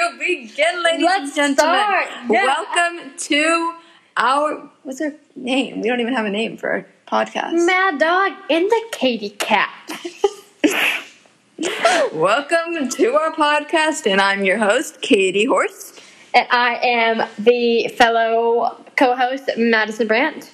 Oh, begin, ladies Let's and gentlemen. start. Yeah. Welcome to our what's our name? We don't even have a name for our podcast. Mad Dog and the Katy Cat. Welcome to our podcast, and I'm your host, Katie Horst. And I am the fellow co host, Madison Brandt.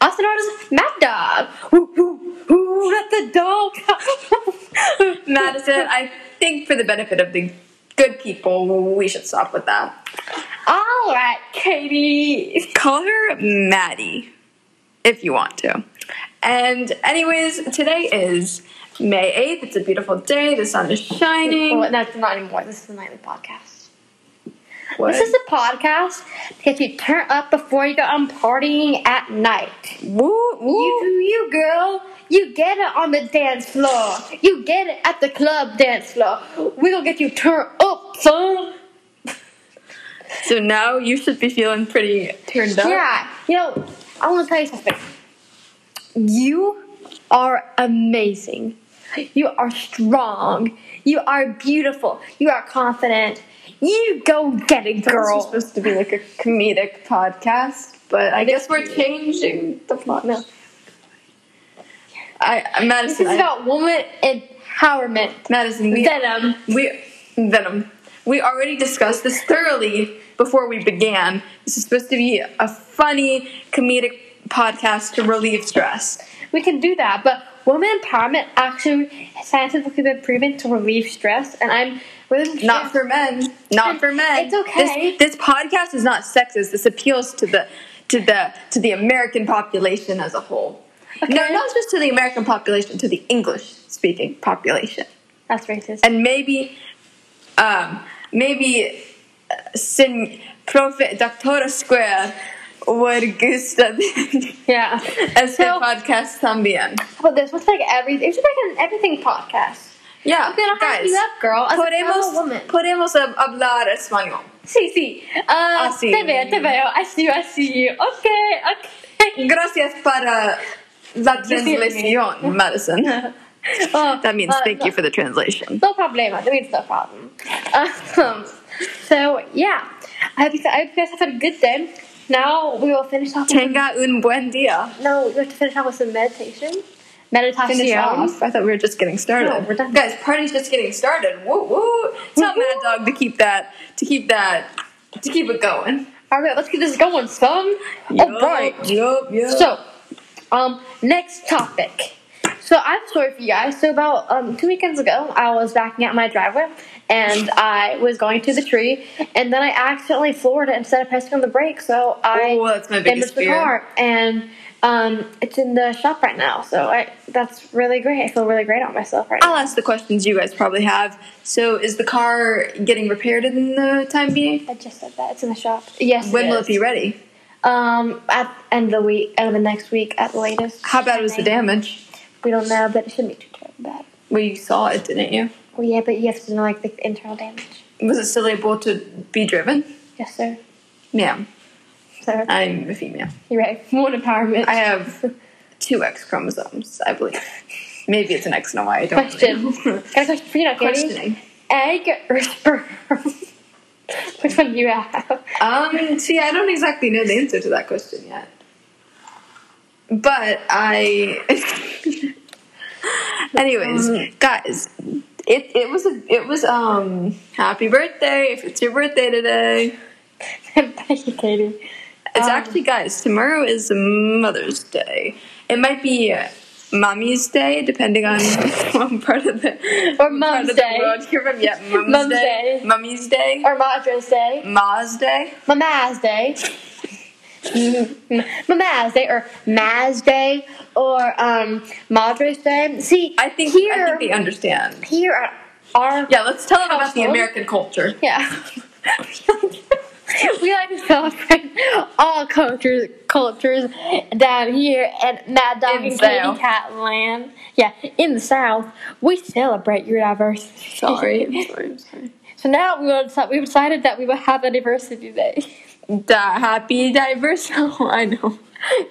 Also known as Mad Dog. Woo, woo, woo, let the dog out. Madison, I think for the benefit of the good people, we should stop with that. All right, Katie. Call her Maddie if you want to. And, anyways, today is May 8th. It's a beautiful day. The sun is shining. Well, that's not anymore. This is the nightly podcast. What? This is a podcast that you turn up before you go on partying at night. Woo, woo. You, you girl, you get it on the dance floor. You get it at the club dance floor. We gonna get you turned up, son. So now you should be feeling pretty turned up. Yeah, you know, I want to tell you something. You are amazing. You are strong. You are beautiful. You are confident. You go get it, Girl. girl. supposed to be like a comedic podcast, but I guess we're changing the plot now. I uh, This Madison. is I- about woman empowerment. um, Madison. We, Venom. we venom. We already discussed this thoroughly before we began. This is supposed to be a funny comedic podcast to relieve stress. We can do that, but woman empowerment actually has scientifically been proven to relieve stress, and I'm really Not for men. Not for men. It's okay. This, this podcast is not sexist. This appeals to the to the to the American population as a whole. No, Okay. not just to the American population, to the English speaking population, that's racist. and maybe, um, maybe, uh, sin Prophet Doctora Square would gusta yeah. este So- podcast también. But this was like every. It should make an everything podcast. Yeah, I'm gonna hype guys. you up, girl. As a Podemos, fellow woman. podemos hab- hablar español. See, see. Uh, I see. Te veo, te veo. I see you. I see you. Okay, okay. Gracias para la Decirme. translación, Madison. Oh, That means uh, thank you for the translation. No problema. That means no problem. Um, so yeah, I hope, you, I hope you guys have had a good day. Now we will finish off. with- Tenga un buen día. No, we have to finish off with some meditation. Meditation. Finish off. I thought we were just getting started. No, we're done. Guys, party's just getting started. Woo woo! Tell Mad Woo-hoo. Dog to keep that, to keep that, to keep it going. All right, let's get this going, son. All Oh, right. Yup, yup. So, um, next topic. So I have a story for you guys. So about um, two weekends ago, I was backing out my driveway and I was going to the tree, and then I accidentally floored it instead of pressing on the brake. So I Oh, that's my biggest damaged the fear. car, and um, it's in the shop right now. So I, that's really great. I feel really great on myself right now. I'll ask the questions you guys probably have. So, is the car getting repaired in the time being? I just said that it's in the shop. Yes. When will is. it be ready? Um, at end of the week, end of the next week at the latest. How bad was the damage? We don't know, but it shouldn't be too terrible bad. Well, you saw it, didn't you? Well, yeah, but you have to know like the internal damage. Was it still able to be driven? Yes, sir. Ma'am, Sir, I'm a female. you're right. More empowerment. I have two X chromosomes, I believe. Maybe it's an X and a Y. I don't question. really know. Got a question for you now, Katie. Questioning. Egg or sperm? Which one do you have? Um, see, I don't exactly know the answer to that question yet. But I. Anyways, guys, it, it was a, it was um happy birthday if it's your birthday today. Thank you, Katie. It's Um, actually, guys, tomorrow is Mother's Day. It might be Mommy's Day, depending on what part of the Or what Mom's part of the Day. world you're from. Yeah, Mom's, Mom's Day. Day. Mommy's Day. Or Madra's Day. Ma's Day. Mama's Day. Mama's Day or Ma's Day or um Madra's Day. See, I think I here think they understand. here are our Yeah, let's tell them about the Household. American culture. Yeah. we like to celebrate all cultures cultures down here at Mad Dog In and South. Kitty Cat Land. Yeah, in the South, we celebrate your diversity. Sorry, I'm sorry, I'm sorry. So now we will deci- we've decided that we will have a diversity day. Di- happy diverse. Oh, I know.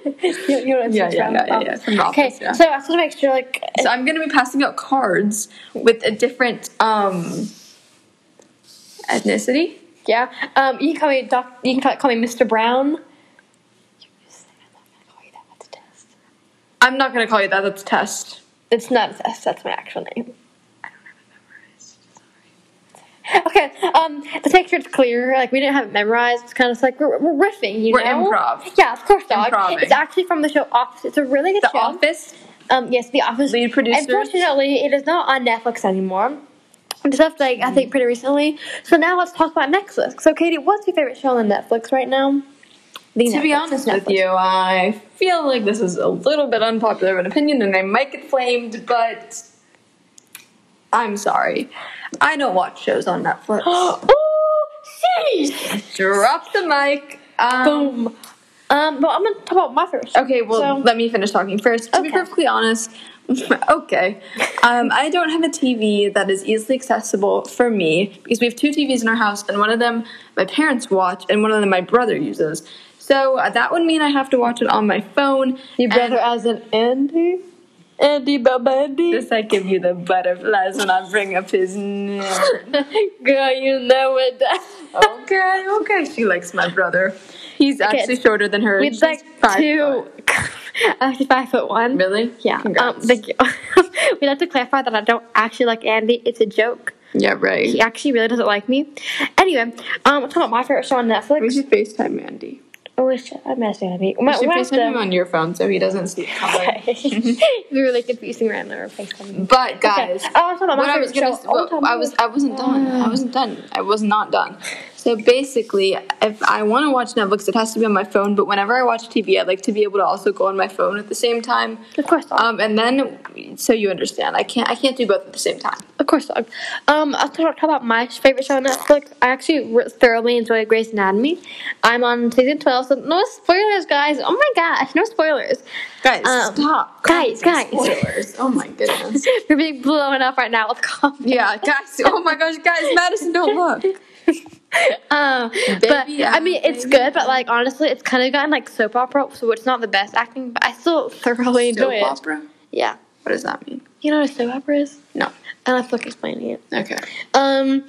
you, you know what I'm Yeah, yeah, saying? yeah, yeah, yeah, from the Okay, office, yeah. so I just want to make sure, like, So I'm gonna be passing out cards with a different um ethnicity. Yeah. Um, you can call me Doc. You can call, call me Mr. Brown. I'm not gonna call you that. That's a test. It's not a test. That's my actual name. Okay. Um, the picture's clear. Like we didn't have it memorized. It's kind of like we're, we're riffing. You We're know. improv. Yeah, of course, dog. Improving. It's actually from the show Office. It's a really good The show. Office Um, yes, The Office. lead producer. Unfortunately, it is not on Netflix anymore. It's left, like, I think, pretty recently. So now let's talk about Netflix. So, Katie, what's your favorite show on Netflix right now? The To be Netflix, honest Netflix. with you, I feel like this is a little bit unpopular of an opinion, and I might get flamed, but I'm sorry. I don't watch shows on Netflix. Ooh, sheesh! Drop the mic. Um, Boom. Um, but I'm gonna talk about my favorite show. Okay, well, So- let me finish talking first. To be Okay. perfectly honest, okay. Um, I don't have a TV that is easily accessible for me because we have two TVs in our house, and one of them my parents watch, and one of them my brother uses. So uh, that would mean I have to watch it on my phone. Your and- brother as an Andy? Andy Babandi? Just I give you the butterflies when I bring up his name. Girl, you know it. okay, okay. She likes my brother. He's Okay. actually shorter than her. We'd She's like five to. Actually, five foot one. foot. Really? Yeah. Um, Congrats. thank you. We'd like to clarify that I don't actually like Andy. It's a joke. yeah, right. He actually really doesn't like me. Anyway, um, I'm talking about my favorite show on We Netflix. should FaceTime Mandy. oh, I wish I'm messing with me. You should FaceTime him on your phone so he doesn't see the color. It'd be really confusing right now. FaceTime. But guys, Okay. Oh, I'm talking about what my I was favorite gonna, show. what, Oh, I was, I wasn't done. I wasn't done. I was not done. So basically, if I want to watch Netflix, it has to be on my phone. But whenever I watch TV, I like to be able to also go on my phone at the same time. Of course. Um, Um, and then, so you understand, I can't, I can't do both at the same time. of course. Um, um, I'll talk, talk about my favorite show on Netflix. I actually re- thoroughly enjoy Grey's Anatomy. I'm on season 12, so no spoilers, guys. Oh my gosh, no spoilers. Guys, Um, stop. guys, Calm down. guys. Spoilers. Oh my goodness. You're being blown up right now with comments. Yeah, guys. Oh my gosh, guys. Madison, don't look. Um, but Baby, I mean, I'm it's baby. good, but like honestly, it's kind of gotten like soap opera, so it's not the best acting, but I still thoroughly enjoy it. Soap opera? Yeah, What does that mean? you know what a soap opera is? No. I don't feel like explaining it. Okay. Um,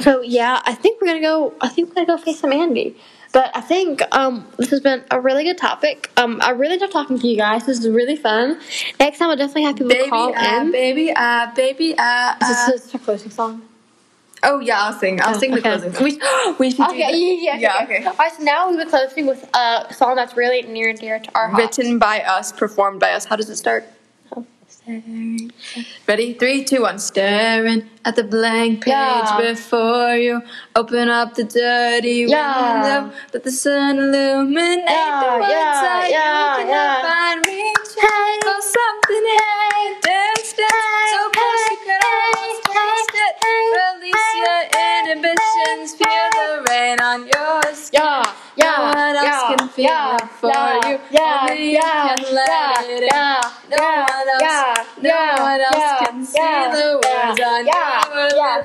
so yeah, I think we're gonna go. I think we're gonna go face some Andy. But I think um, this has been a really good topic. Um, I really love talking to you guys. This is really fun. Next time, I'll definitely have people Baby, call uh, in. baby, uh, baby, uh, uh. this is a closing song. Oh yeah, I'll sing. I'll Oh, sing the okay. closing. We, we should do Okay, yeah, yeah, Yeah, yeah. okay. All right, so now we'll be closing with a song that's really near and dear to our that. heart. Written by us, performed by us. How does it start? Ready? Three, two, one. Staring at the blank page Yeah. before you. Open up the dirty Yeah. window. Let the sun illuminate Yeah, the words yeah, that you yeah, yeah. cannot find. Reach out for something distant. So close you could almost taste it. Release your inhibitions. Feel the rain on your skin. Yeah, yeah, No one else yeah, can feel yeah, it for yeah, you. Yeah, Only you yeah, can let yeah, it in. yeah, No yeah, one else- yeah, no yeah, one else yeah, can see yeah, the way